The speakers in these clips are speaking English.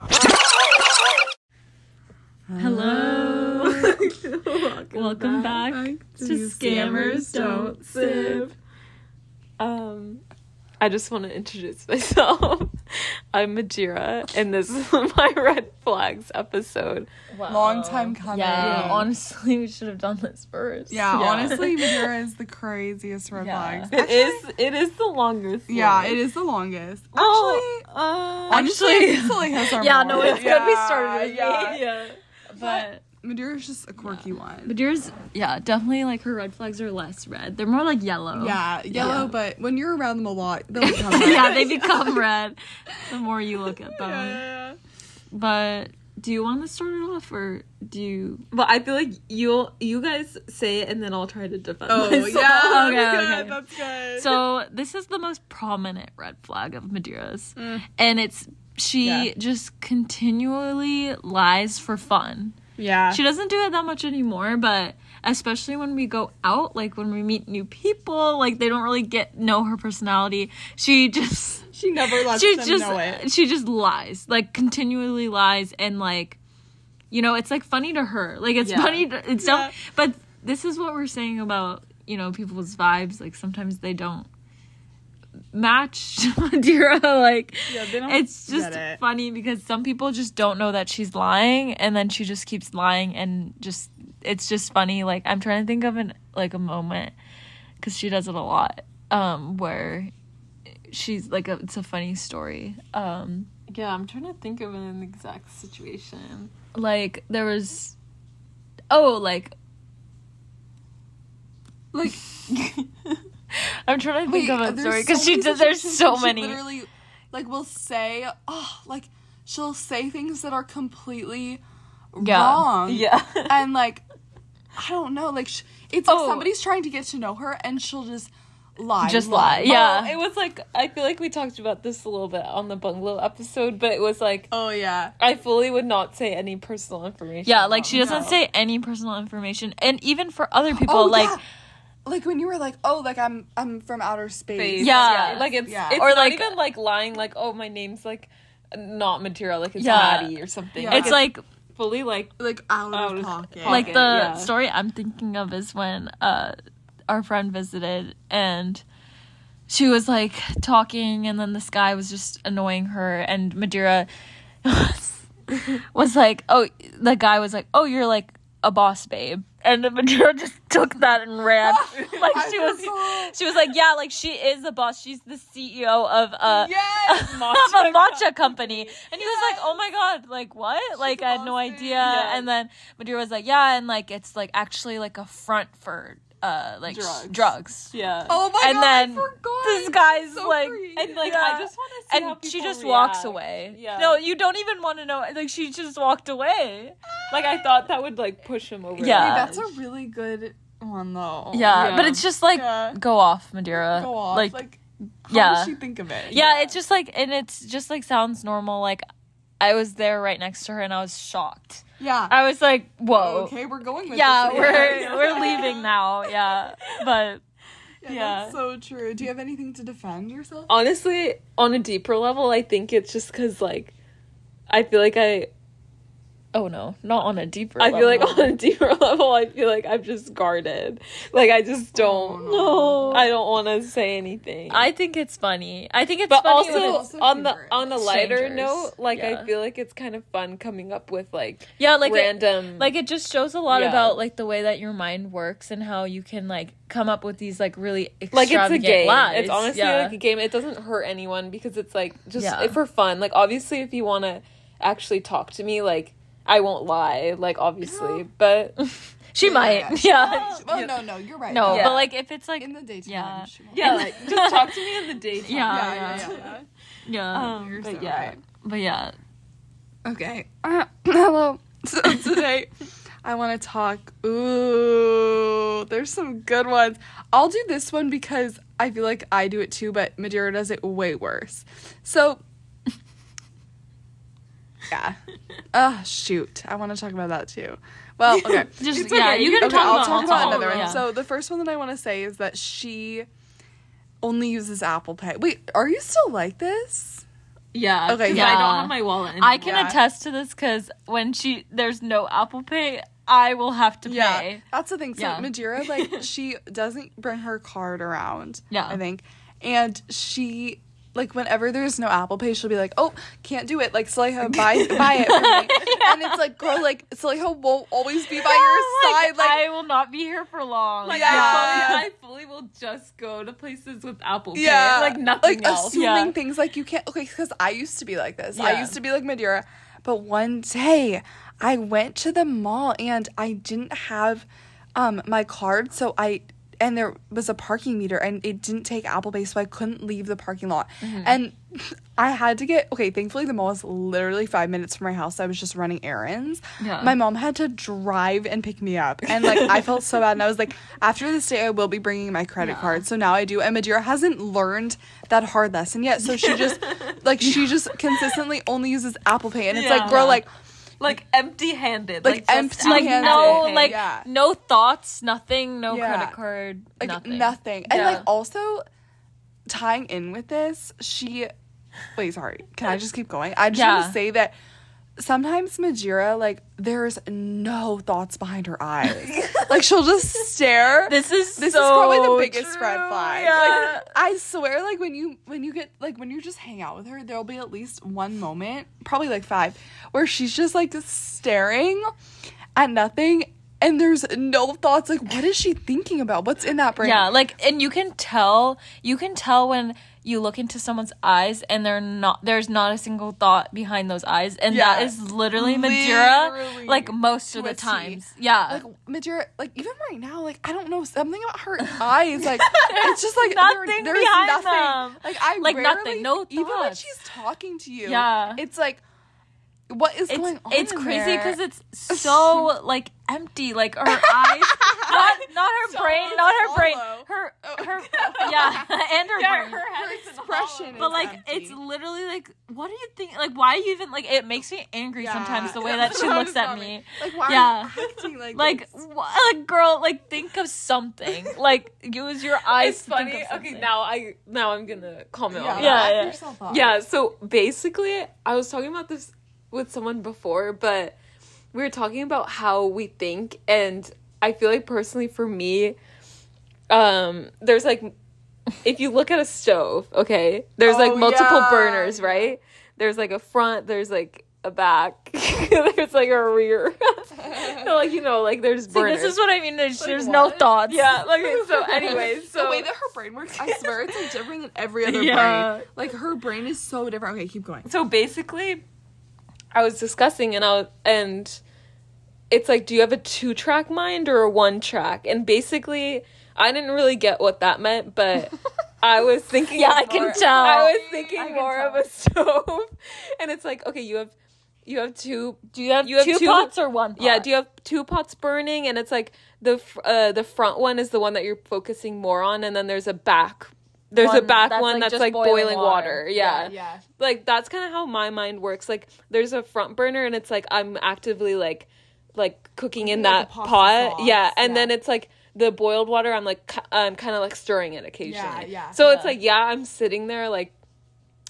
Welcome, Welcome back, to, Scammers Don't Sip. Um, I just want to introduce myself. I'm Majira, and this is my Red Flags episode. Wow. Long time coming. Yeah, Yeah. honestly, we should have done this first. Yeah, Yeah. honestly, Madeira is the craziest red Yeah. flags. It is it is the longest. Yeah, one. it is the longest. Actually, Oh, uh, honestly, actually- it instantly has our Yeah, no, moment. it's good we started with yeah. me. yeah. but Madeira's just a quirky one. Madeira's, yeah, definitely like her red flags are less red. They're more like yellow. Yeah, yellow, Yeah. but when you're around them a lot, they'll become yeah, they become red the more you look at them. Yeah. But do you want to start it off, or do you? But I feel like you'll you guys say it, and then I'll try to defend. Oh, yeah. myself. That's Okay, good. okay. That's good. So this is the most prominent red flag of Madeira's, and it's she Mm. Yeah. just continually lies for fun. yeah. She doesn't do it that much anymore, but especially when we go out, like when we meet new people, like they don't really get know her personality. She just She never lets she them just know it. she just lies, like continually lies and like you know, it's like funny to her. Like it's Yeah. funny to, it's Yeah. not but this is what we're saying about, you know, people's vibes, like sometimes they don't match Madeira like Yeah, they don't it's just get it. funny because some people just don't know that she's lying and then she just keeps lying and just it's just funny like i'm trying to think of an like a moment because she does it a lot um where she's like a, it's a funny story um yeah. I'm trying to think of an exact situation. like there was oh like Like, i'm trying to think Wait, of a there's story because so she many did there's situations so where many She literally, like, will say, oh, like, she'll say things that are completely Yeah. wrong. Yeah. And, like, I don't know. Like, sh- it's like Oh. somebody's trying to get to know her and she'll just lie. Just lie, yeah. Oh, it was like I feel like we talked about this a little bit on the bungalow episode, but it was like Oh, yeah. I fully would not say any personal information. yeah like she about doesn't No. say any personal information and even for other people Oh, like yeah. Like, when you were like, oh, like, I'm I'm from outer space. face. Yeah. like it's Yeah. it's Or, not like- even like lying like oh my name's like not material like it's Yeah. Maddie or something. Yeah. it's like fully like Like, out, Out of of pocket. like the Okay, yeah. story I'm thinking of is when uh our friend visited and she was like talking and then this guy was just annoying her and Madeira was, was like oh the guy was like oh you're like a boss babe and Madeira just took that and ran like I she was forgot. she was like yeah like she is a boss she's the CEO of uh Yes! of a matcha company. And he was like, oh my god, like what? Like I had no lost it. idea. Yeah. And then Madeira was like, yeah, and like it's like actually like a front for uh like drugs. Drugs. drugs. yeah. Oh, my and God. then I forgot. This guy's So like creepy. and like Yeah. I just want to see how and she people just walks react. away. Yeah. No, you don't even want to know. Like she just walked away. Like I thought that would like push him over. Yeah. Wait, the that's edge. a really good one, though. Yeah, Yeah. but it's just like Yeah. go off, Madeira. Go off. Like, Like, how yeah. does she think of it? yeah, it's just like and it's just like sounds normal. Like I was there right next to her and I was shocked. Yeah. I was like, whoa. Okay, we're going with Oh. yeah, this. we're we're leaving now. Yeah, but Yeah, yeah. That's so true. Do you have anything to defend yourself? honestly on a deeper level I think it's just because like I feel like I oh no, not on a deeper. I feel like level. on a deeper level I feel like I'm just guarded. Like I just don't no. I don't want to say anything. I think it's funny. I think it's but funny. also, when it's- also on the humorous. on a lighter Strangers, note, like yeah. I feel like it's kind of fun coming up with like, yeah, like it, random like it just shows a lot Yeah. about like the way that your mind works and how you can like come up with these like really like it's a extravagant game. lies. It's honestly yeah. like a game. It doesn't hurt anyone because it's like just Yeah. it for fun. Like obviously, if you want to actually talk to me, like I won't lie. Like obviously, but she might. Yeah, Oh, no, no, you're right. no, Yeah. but like if it's like In the daytime. Yeah. she won't. yeah, like just talk to me in the daytime. Yeah. Yeah, yeah, yeah. yeah, Um, You're but so yeah, right. but yeah, Okay. Uh, hello. So today, I want to talk. Ooh, there's some good ones. I'll do this one because I feel like I do it too, but Madeira does it way worse. So, yeah. Ah, shoot. I want to talk about that too. Well, okay. just It's yeah, okay. you can Okay, talk I'll about, talk about all of another them, one. yeah. So the first one that I want to say is that she only uses Apple Pay. Wait, are you still like this? yeah. Okay, 'cause yeah. my wallet. I can Yeah. attest to this because when she there's no Apple Pay, I will have to pay. Yeah, that's the thing. So Yeah. Majira, like, she doesn't bring her card around. Yeah. I think, and she like whenever there's no Apple Pay, she'll be like, "Oh, can't do it." Like Saleha, buy buy it for me, and it's like, girl, like Saleha won't always be by your Like, side. Like, I will not be here for long. Like Yeah. I, fully, I fully will just go to places with Apple Pay. yeah, Like nothing like else. assuming Yeah. things like you can't. Okay, because I used to be like this. Yeah. I used to be like Madeira, but one day I went to the mall and I didn't have um my card, so I and there was a parking meter and it didn't take Apple Pay, so I couldn't leave the parking lot Mm-hmm. and. I had to get okay. Thankfully, the mall was literally five minutes from my house. I was just running errands. Yeah. My mom had to drive and pick me up, and like I felt so bad. And I was like, after this day, I will be bringing my credit Yeah. card. So now I do. And Madeira hasn't learned that hard lesson yet. So she just like she just consistently only uses Apple Pay, and it's Yeah. like, girl, like Like empty handed. Like, empty-handed. like no, Yeah. like Yeah. no thoughts, nothing, no Yeah. credit card, like nothing. nothing, and Yeah. like also tying in with this, she. Wait, sorry. Can I just keep going? I just want Yeah. to say that sometimes Majira, like, there's no thoughts behind her eyes. like, she'll just stare. This is this so is probably the biggest true. red flag. Yeah. Like I swear, like when you when you get like when you just hang out with her, there'll be at least one moment, probably like five, where she's just like staring at nothing and there's no thoughts. Like, what is she thinking about? What's in that brain? Yeah, like and you can tell you can tell when you look into someone's eyes and they're not there's not a single thought behind those eyes and that Yeah. is literally Madeira Literally. like most of the To a T. times. Yeah. Like Majira, like even right now, like I don't know something about her eyes. Like it's just like there- nothing there's behind nothing. them. Like I Like, rarely, nothing, no even when thoughts. she's talking to you. Yeah. it's like what is going it's, on? it's in crazy there? because it's so like empty like her eyes not not her brain not her brain hollow. her Oh. her yeah and her brain expression but like it's literally like what do you think like why do you even like it makes me angry sometimes the way that she looks at me Like why Yeah. are you acting like like this? wha- like girl like think of something like use your eyes It's to think funny. of Okay, something. now I now I'm gonna comment on Yeah. that. laugh yourself off. Yeah, so basically, I was talking about this with someone before, but we were talking about how we think, and I feel like personally for me, um, there's like, if you look at a stove, okay, there's Oh, like multiple yeah. burners, right? There's like a front, there's like a back, there's like a rear, so, like you know, like there's See, burners. this is what i mean there's, there's no what? thoughts yeah. Okay. So, anyways, so the way that her brain works, I swear it's like different than every other Yeah. brain. Like her brain is so different. Okay, keep going. so basically i was discussing and i was, and it's like do you have a two track mind or a one track and basically i didn't really get what that meant but i was thinking Yeah, I can more- tell. i was thinking I can more of a stove and it's like okay you have you have two do you have, You have two, two- pots or one pot? yeah do you have two pots burning and it's like the f- uh the front one is the one that you're focusing more on and then there's a back there's a One back that's, one like, that's just like boiling, boiling water, water. yeah like that's kind of how my mind works like there's a front burner and it's like i'm actively like like cooking in Cooking, like, that the pasta pot sauce, yeah and yeah. then it's like the boiled water i'm like ki- i'm kind of like stirring it occasionally yeah, so it's yeah. like yeah i'm sitting there like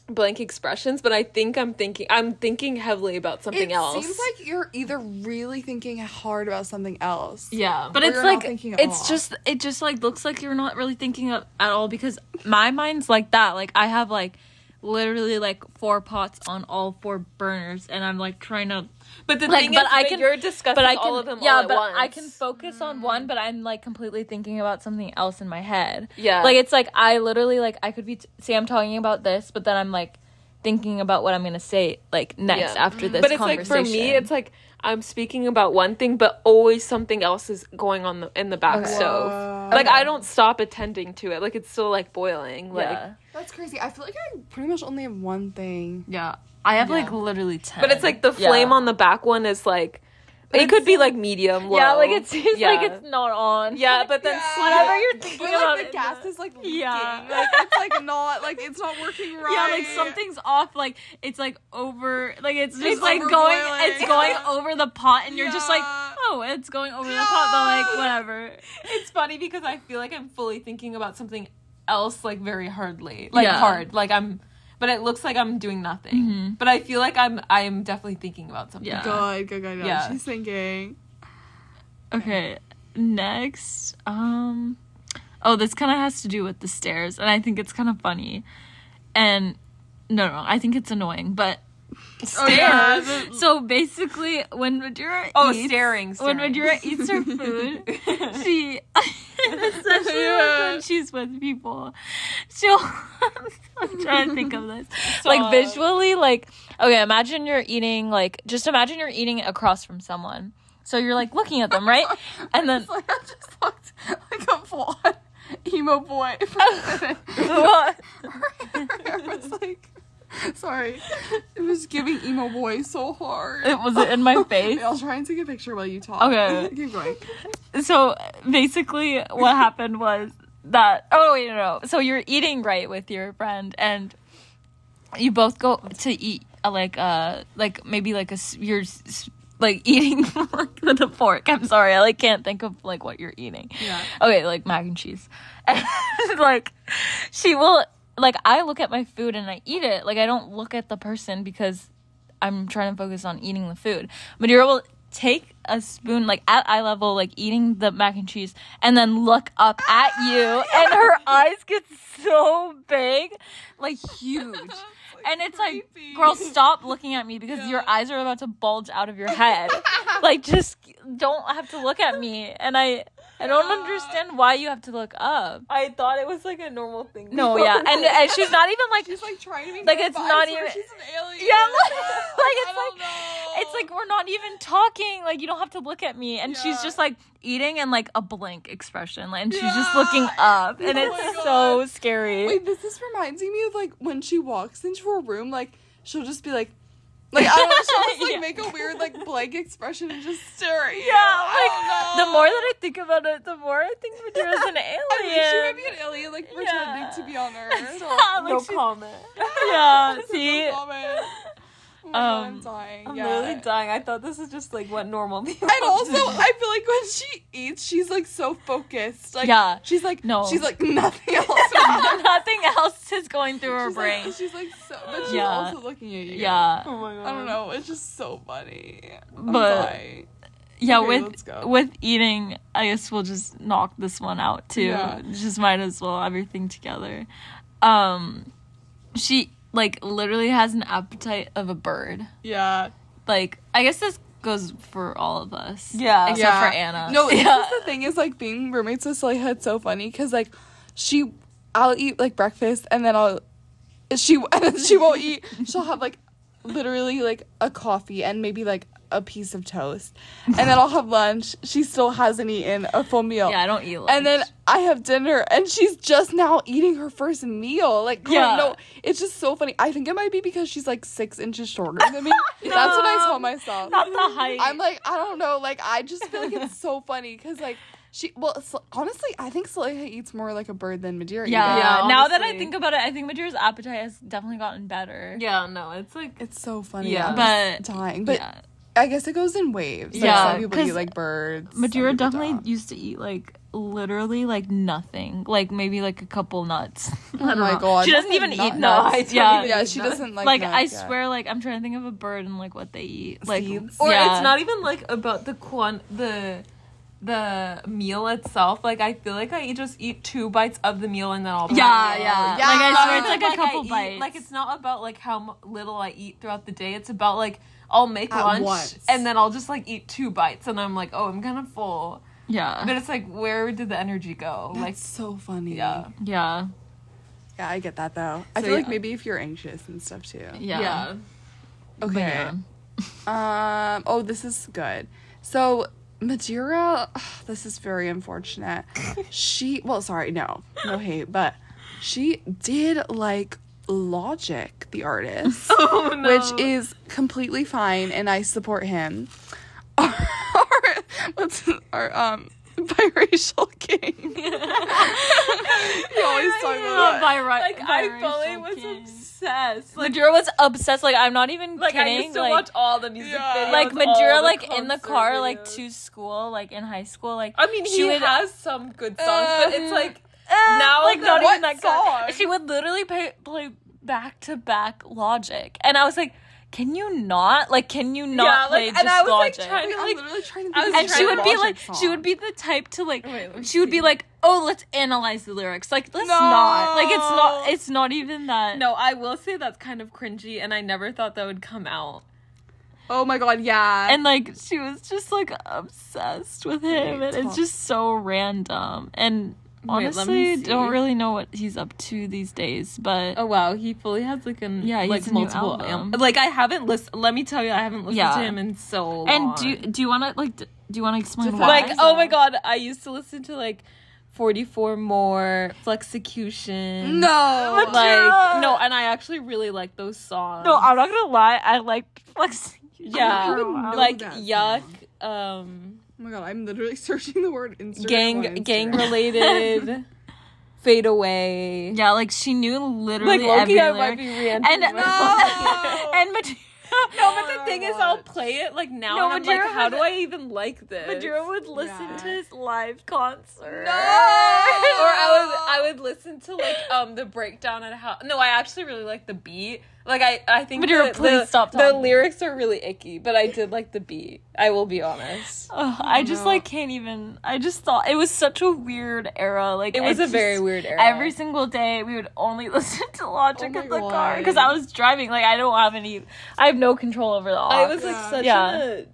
blank expressions but i think i'm thinking i'm thinking heavily about something it else seems like you're either really thinking hard about something else. Yeah, but Or it's you're not like thinking at it's all. just it just like looks like you're not really thinking of, at all because my mind's like that. Like I have like literally like four pots on all four burners, and I'm like trying to. but the like, thing but is I that can- you're discussing But I can all of them yeah, all at but once. Mm. I can focus on one, but I'm like completely thinking about something else in my head. Yeah. like it's like I literally like I could be t- say I'm talking about this, but then I'm like thinking about what I'm gonna say like next Yeah. after this. but it's like conversation. for me it's like i'm speaking about one thing but always something else is going on the, in the back Oh, Okay. stove Whoa. like i don't stop attending to it like it's still like boiling like yeah. That's crazy. I feel like I pretty much only have one thing. yeah. I have like Yeah. literally ten. but it's like the Yeah. flame on the back one is like it could be like medium low Yeah, like it seems Yeah. like it's not on. yeah but then Yeah. slowly- Whenever you're But thinking about like it, the gas is like leaking. Yeah. Like it's like not like it's not working right. yeah, like something's off. Like it's like over. Like it's just It's like going. overboiling. It's going over the pot, and you're just like, Yeah. oh, it's going over the pot, but like Yeah. whatever. it's funny because i feel like i'm fully thinking about something else like very hardly like Yeah. hard like i'm but it looks like i'm doing nothing but i feel like i'm i'm definitely thinking about something Yeah. Good, good, good. good. Yeah. She's thinking. Okay, next. Um, oh, this kind of has to do with the stairs, and I think it's kind of funny. And no, no, I think it's annoying, but Oh, yeah. stairs. so basically, when Madeira Oh, eats, staring, when staring. Madeira eats her food, she especially Yeah. when she's with people, she'll. I'm trying to think of this. Like Stop. visually, like okay, imagine you're eating like just imagine you're eating across from someone. So you're like looking at them, right? And then It's like I just looked like a full on emo boy. For a minute. I was like, sorry, it was giving emo boy so hard. it was in my face. I'll try and take a picture while you talk. Okay. keep going. so basically what happened was that oh wait no no so you're eating right with your friend and you both go to eat uh, like uh like maybe like a s- you're s- s- like eating like with a fork i'm sorry i like can't think of like what you're eating Yeah. okay like mac and cheese and like she will like i look at my food and i eat it like i don't look at the person because i'm trying to focus on eating the food madeira will take a spoon like at eye level like eating the mac and cheese and then look up at you and her eyes get so big like huge and it's like creepy. girl stop looking at me because your eyes are about to bulge out of your head like just don't have to look at me and i i don't understand why you have to look up I thought it was like a normal thing. no yeah and, and she's not even like She's like trying to be Like, it's vibes not where even- She's an alien. yeah like, like I it's don't like know. it's like we're not even talking like you don't have to look at me and she's Yeah. just like eating and like a blank expression like, and she's just Yeah. looking up and Oh my it's God. so scary Wait, this this reminds me of like when she walks into a room, like she'll just be like, like I don't know, she'll just like Yeah. make a weird like blank expression and just stare at you. yeah I like don't the know. more that i think about it the more i think Madeira's an I think she alien might be an alien, like pretending Yeah. to be on Earth. So, So, like, no she's- comment. yeah This is see a moment. Oh my God, Um, I'm dying. I'm yeah. literally dying. I thought this is just like what normal people. And also, I feel like when she eats, she's like so focused. Like, Yeah. she's like No. she's like nothing else. nothing else is going through her she's, brain Like, she's like so, but she's Yeah. also looking at you. yeah oh my god. I don't know. It's just so funny. I'm But- dying. yeah Okay, let's with go. with eating i guess we'll just knock this one out too Yeah. just might as well everything together um she like literally has an appetite of a bird Yeah. like i guess this goes for all of us Yeah. except yeah. for anna No, this yeah is the thing is like being roommates with Saleha, it's so funny because like she, I'll eat like breakfast and then I'll, she and then she won't eat. She'll have like literally like a coffee and maybe like a piece of toast, and then I'll have lunch. She still hasn't eaten a full meal. yeah i don't eat lunch. And then I have dinner, and she's just now eating her first meal. Like, Yeah. yeah. no, it's just so funny. I think it might be because she's like six inches shorter than me. That's what I tell myself. not the height I'm like, I don't know. Like, I just feel like it's so funny because, like, she, well, Sl- honestly, I think Saleha eats more like a bird than Madeira. yeah, eats. Yeah, now that i honestly. think about it i think madeira's appetite has definitely gotten better Yeah, no, it's like It's so funny. Yeah. I'm but just dying. But yeah. I guess it goes in waves. Like, Yeah, Some people eat 'cause like birds. some Madeira people definitely don't. used to eat like literally like nothing, like maybe like a couple nuts. I Oh don't my know. god. she doesn't Nothing even eat nuts. No, I nuts. don't yeah, even Yeah, eat she nuts. doesn't like like I nuts, yeah. swear, like I'm trying to think of a bird and like what they eat, like Seeds? or yeah. it's not even like about the quant the the meal itself. Like I feel like I just eat two bites of the meal and then I'll pass Yeah, out. yeah, Yeah. Like I swear, it's Not like, even a couple I eat- bites. like it's not about like how mu- little I eat throughout the day. It's about like I'll make At lunch once. and then I'll just like eat two bites and I'm like, oh, I'm kind of full. But yeah, it's like, where did the energy go? That's like, so funny. yeah. yeah, Yeah, I get that though. I So, feel like yeah. maybe if you're anxious and stuff too. yeah, But Okay. yeah. Um. Oh, this is good. So Madeira, this is very unfortunate. she, well, sorry, no, no hate, but she did like Logic, the artist, Oh no. which is completely fine, and I support him. Our, what's our um biracial king? he always talk about that. Bira- like I biracial fully was king. obsessed. Like, Madeira was obsessed. Like I'm not even like kidding. I used to like, watch all the music Yeah. videos. like all Madeira, the like in the concert car, like videos. to school, like in high school, like I mean, she he would- has some good songs, but Um, it's like Uh, Now like the- not even what that good. song? She would literally pay, play back to back Logic, and I was like, can you not? Like, can you not Yeah, like, play and just I was, like, logic? trying to, I'm like- literally trying to I think was of and a she would be logic like, she song. would be the type to like, Wait, let me she would be see. like, oh, let's analyze the lyrics. Like, let's not. Like, it's not. No. It's not even that. No, I will say that's kind of cringy, and I never thought that would come out. Oh my god, yeah. And like, she was just like obsessed with him, and Wait, it's talk- just so random. And Wait, let honestly, me don't see. really know what he's up to these days. But Oh wow, he fully has like an Yeah, he like has a new multiple album. album. Like I haven't listened. Let me tell you, I haven't listened Yeah. to him in so long. and do do you want to like d- do you want to explain why? like oh my god, I used to listen to like Forty Four More, Flexicution. no. like Madura. no, and I actually really like those songs. No, I'm not gonna lie. I like flexing. yeah, I don't even know like that yuck, um, Oh my god, I'm literally searching the word Instagram. on gang Instagram. gang related, fade away. Yeah, like she knew like literally every Loki, I might lyric. be re-entering and my- No! and Madura, No, but the thing is, I'll play it like now, No, and I'm Maduro like, how has- do I even like this? Madura would listen to Yeah. his live concert. No! Or I would, I would listen to like um the breakdown and how. No, I actually really like the beat. Like I, I think Maduro, the, please the, stop The talking. lyrics are really icky, but I did like the beat. I will be honest. Ugh, I just No. like can't even. I just thought it was such a weird era. Like It was I a very just- weird era. Every single day, we would only listen to Logic Oh in my the car God. because I was driving. Like I don't have any. I have no control over the. I aux. was like Yeah. such Yeah. a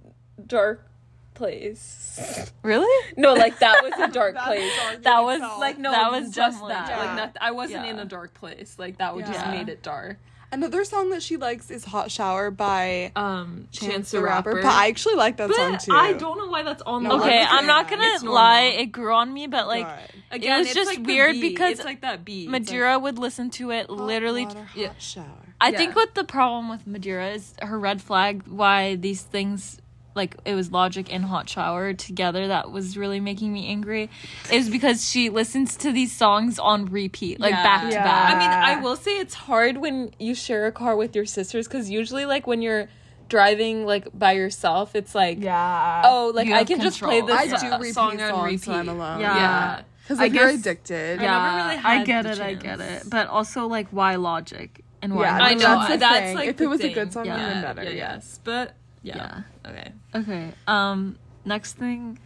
dark place. really. No, like that was a dark That's place. dark That in was, itself. Like no, That it was just definitely that. dark. Like not, I wasn't Yeah. in a dark place. Like that would just Yeah. made it dark. Another song that she likes is Hot Shower by um Chance, the Rapper. But I actually like that song too. I don't know why that's on. No, the I Okay, like I'm not that. gonna It's normal. lie, it grew on me, but like God. Again, was it's just like the weird beat. because It's it's like that beat. Madeira would listen to it literally. Hot water, hot yeah. shower. I Yeah. think what the problem with Madeira is her red flag. Why these things like it was Logic and Hot Shower together that was really making me angry, is because she listens to these songs on repeat, like Yeah. back to Yeah. back. I mean, I will say it's hard when you share a car with your sisters because usually, like when you're driving like by yourself, it's like Yeah. oh, like You I have can just control. play this I a do uh, repeat song songs on repeat. when I'm alone. Yeah. Because I like, you're guess- addicted. Yeah. yeah, never really I had get the it, I chance. get it, but also like why Logic and why? Yeah, Hot I know Shower? the that's thing. like if the it was thing. a good song, Yeah. even Yeah, better. yeah, yeah. yes, but Yeah. yeah, okay. Okay. Um next thing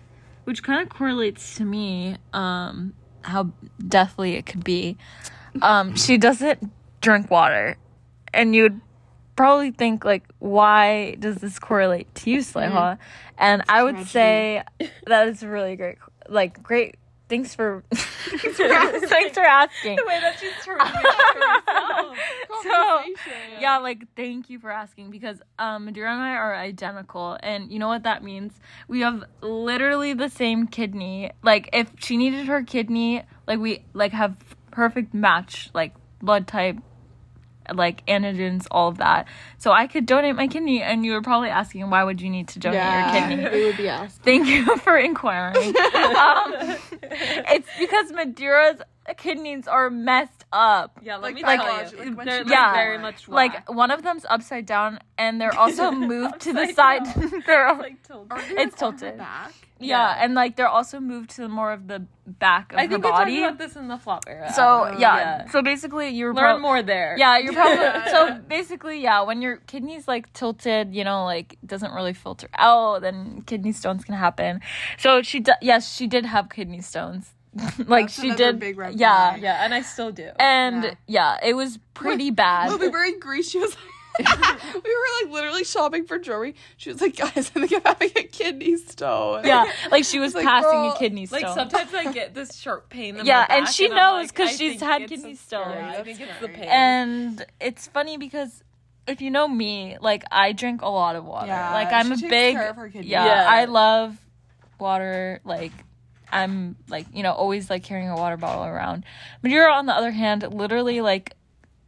which kind of correlates to me um how deathly it could be. Um she doesn't drink water. And you'd probably think like why does this correlate to you, Slayha? Mm-hmm. And I would say that is really great like great thanks for thanks for, thanks for asking. way that she's so yeah like thank you for asking because um Madura and I are identical and you know what that means we have literally the same kidney like if she needed her kidney like we like have perfect match like blood type like antigens all of that so I could donate my kidney and you were probably asking why would you need to donate your kidney It would be asked. Thank you for inquiring. um, it's because Madeira's kidneys are messed up. Yeah, let Like me that tell logic, you. when They're she like, Yeah. very much Like whack. one of them's upside down, and they're also moved to the side. Upside they're all- like tilted. it's tilted. Back. Yeah, and like they're also moved to more of the back of I her think we talked body. about this in the flop era. so Oh, yeah. yeah. so basically you're learn prob- more there. Yeah, you're probably Yeah. so basically yeah. When your kidneys like tilted, you know, like doesn't really filter out, then kidney stones can happen. So she d- yes, she did have kidney stones. like That's she another did, big red yeah, flag. yeah, and I still do. and Yeah. yeah. it was pretty Well, bad. we were in Greece. She was like, we were like literally shopping for jewelry. She was like, guys, I think I'm having a kidney stone. yeah, like she was It's like, passing girl, a kidney stone. like sometimes I get this sharp pain. In Yeah, my and back, she I'm knows like, 'cause I she's think had it's kidney the- stones. Yeah, I That's think it's the scary. pain. and it's funny because if you know me, like I drink a lot of water. Yeah, like I'm she a takes big care of her kidneys. yeah, Yeah. I love water. Like I'm like you know always like carrying a water bottle around. Madura, on the other hand, literally like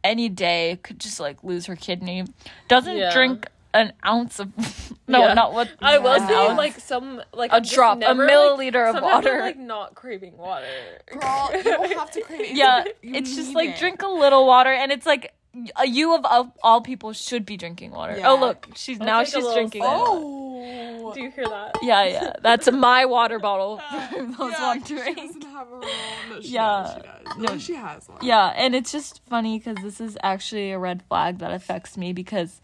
any day could just like lose her kidney. Doesn't Yeah. drink an ounce of no, Yeah. not what I will an say ounce. like some like A I'm just drop, a never, like- milliliter of sometimes I'm, water. like not craving water. Girl, you don't have to crave it. yeah, You it's just need like it. drink a little water, and it's like. y- You of all, all people should be drinking water. Yeah. Oh look, she's now take a she's little drinking. sip. it. Oh. Do you hear that? Yeah, yeah. That's my water bottle for those yeah, one She drink. doesn't have a roll. No, she Yeah. does. She does. No, she has one. Yeah, and it's just funny because this is actually a red flag that affects me because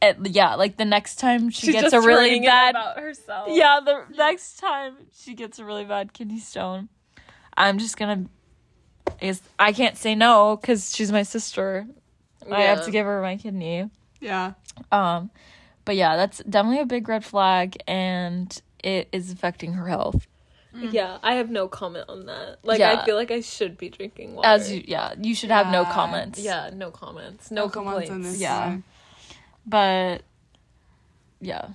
it, yeah, like the next time she She's gets just a really writing it bad about herself. yeah, the next time she gets a really bad kidney stone, I'm just gonna. I guess I can't say no because she's my sister. I have Yeah. to give her my kidney. Yeah. Um, but yeah, that's definitely a big red flag, and it is affecting her health. Yeah, I have no comment on that. Like, Yeah. I feel like I should be drinking water. As you, yeah, you should have no Yeah. comments. yeah, no comments, no, complaints. comments on this. Yeah. one. but yeah,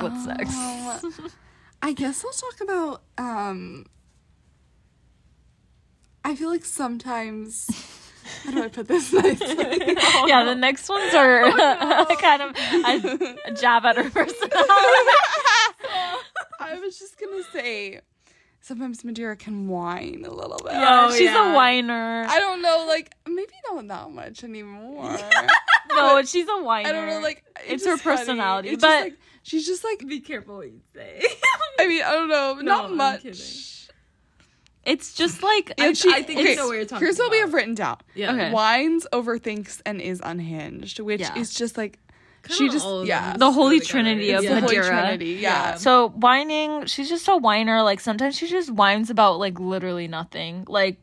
what's next? Um, I guess I'll talk about. um I feel like sometimes. How do I put this nicely? yeah, the next ones are kind of a, a jab at her personality. I was just gonna say, sometimes Madeira can whine a little bit. Yeah, she's a Oh, yeah. whiner. I don't know, like maybe not that much anymore. no, she's a whiner. I don't know, like It's it's, her just funny. personality, It's just, but- like, she's just like Be careful what you say. I mean I don't know, not I'm much. kidding. it's just like And she- I think I okay, know what you're talking Here's what we about. have written down: yeah, Okay. whines, overthinks, and is unhinged, which Yeah. is just like Kinda she just all of yeah. them. the holy It's really trinity of good. Yeah. Holy Madeira. Trinity, yeah. Yeah. So whining, she's just a whiner. Like sometimes she just whines about like literally nothing. Like,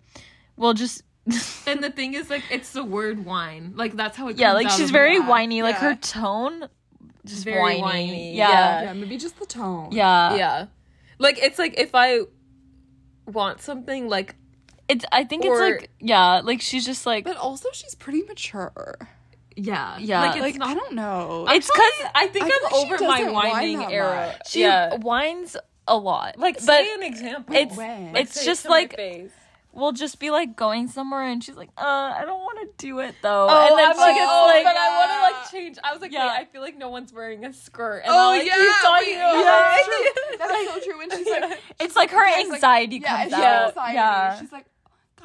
well, just and the thing is, like, it's the word wine. Like that's how it. yeah, comes like out she's of very her mouth. whiny. Like yeah. her tone, just Very whiny. whiny, Yeah. yeah, Yeah, maybe just the tone. yeah, like it's like if I want something, like It's. I think Or- it's like yeah, like she's just like But also, she's pretty mature. yeah, Yeah. Like it's like not. I don't know. it's because I think I I feel am like she over my doesn't whine whining that era. much. she whines a lot. like but say an example. it's when? it's Say it just to my like face. we'll just be like going somewhere and she's like, uh, I don't want to do it though. Oh, and then I'm she like, "Ah." gets oh, like, but I want to like change. I was like, Yeah. wait, I feel like no one's wearing a skirt. And Oh, I'll, like, yeah, keep talking wait, about yeah, it. That's so true. When she's like, it's like her Guys, like- anxiety yeah, comes it's out. just Yeah. anxiety. Yeah. She's like,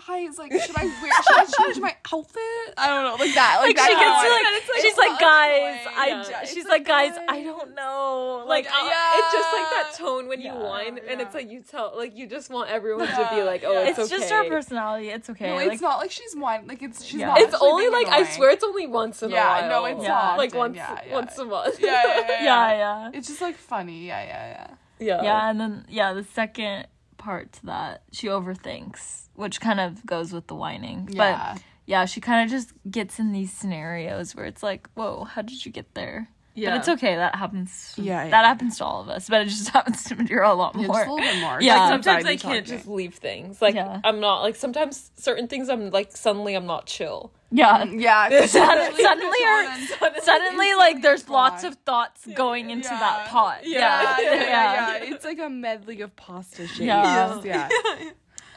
guys, like, should I wear? Should I change my outfit? I don't know, like that. Like, Like, that she gets that's how to I- like, "Oh, and it's like she's the like, other guys, way. I. Yeah. oh, She's It's like, like, guys, guys. I don't know. Like, Like, I'll- it's just like that uh, Yeah. tone when you Yeah. whine, and Yeah. it's like you tell, like you just want everyone to be Yeah. like, oh, it's, it's just her okay. personality. It's okay. no, like, it's not like she's one. Like it's she's Yeah. not. It's actually only being like I annoying. swear it's only once in a Yeah, while. no, it's Yeah. not like often. once, Yeah, yeah. once a month. Yeah, yeah, yeah, yeah, yeah, It's just like funny. Yeah, yeah, yeah. yeah. And then yeah, the second part to that, she overthinks, which kind of goes with the whining. yeah. Yeah. But yeah, she kind of just gets in these scenarios where it's like, whoa, how did you get there? But it's okay. That happens. Yeah, yeah. that happens to all of us. But it just happens to Madeira a lot yeah, more. just a little bit more. Yeah. Like, Um, sometimes I anxiety can't talking. just leave things. Like Yeah. I'm not like sometimes certain things I'm like suddenly I'm not chill. yeah. Yeah, 'cause Suddenly- suddenly suddenly there's her- one- Suddenly, Instantly like, there's lots gone. of thoughts going into Yeah. that pot. yeah, yeah, yeah. yeah, yeah. It's like a medley of pasta shapes. Yeah. Yeah, yeah,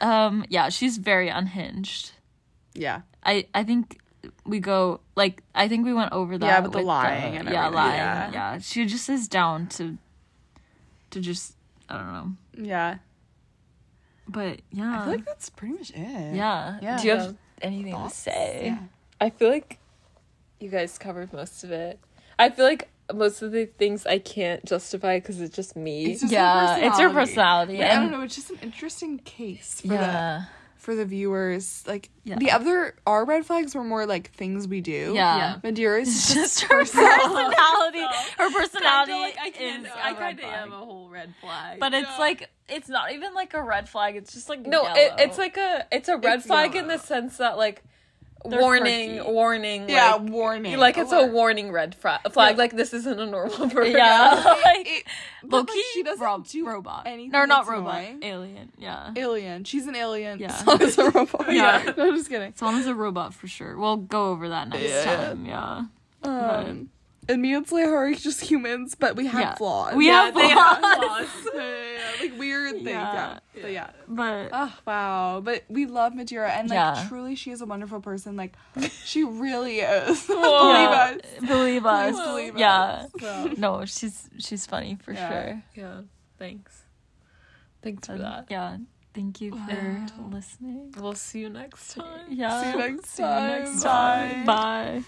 Um, yeah, she's very unhinged. yeah. I I think we go like I think we went over that. Yeah, with the with lying and yeah, everything, lying. Yeah. yeah. she just is down to to just I don't know, yeah. but I yeah, feel like that's pretty much it. yeah. Yeah. Do you have Yeah. anything Thoughts? to say? Yeah. I feel like you guys covered most of it. I feel like most of the things I can't justify because it's just me. It's just Yeah, her it's her personality, Like, I don't and- know. It's just an interesting case for the Yeah, for the viewers. Like Yeah. the other, our red flags were more like things we do. Yeah. Madeira's just her personality. Her personality is. a red flag. a whole red flag. But it's like it's not even like a red flag. It's just like no, it, yellow. it's like a it's a red It's flag in yellow. the sense that like They're warning, quirky. warning. yeah, like, warning. like it's a Alert. warning red fra- flag. Like this isn't a normal person. yeah, like, It- but, Loki. like, she doesn't rob- do robot. anything No, not that's robot. annoying. Alien. Yeah. Alien. She's an alien. Yeah. So is a robot. Yeah. No, I'm just kidding. Someone's a robot for sure. We'll go over that next Yeah. time. Yeah. Um, and me and Slayer are just humans, but we have Yeah. flaws. We Yeah, have they flaws. have flaws. Yeah, yeah, yeah, like weird things. Yeah. But yeah. But Oh wow! But we love Madeira, and like Yeah. truly, she is a wonderful person. Like she really is. Believe yeah, us. Believe us. Please believe us. yeah. So, No, she's she's funny for Yeah. sure. yeah. Thanks. Thanks for Um, that. Yeah. Thank you for listening. We'll see you next time. Yeah. next See you next time. time. Bye.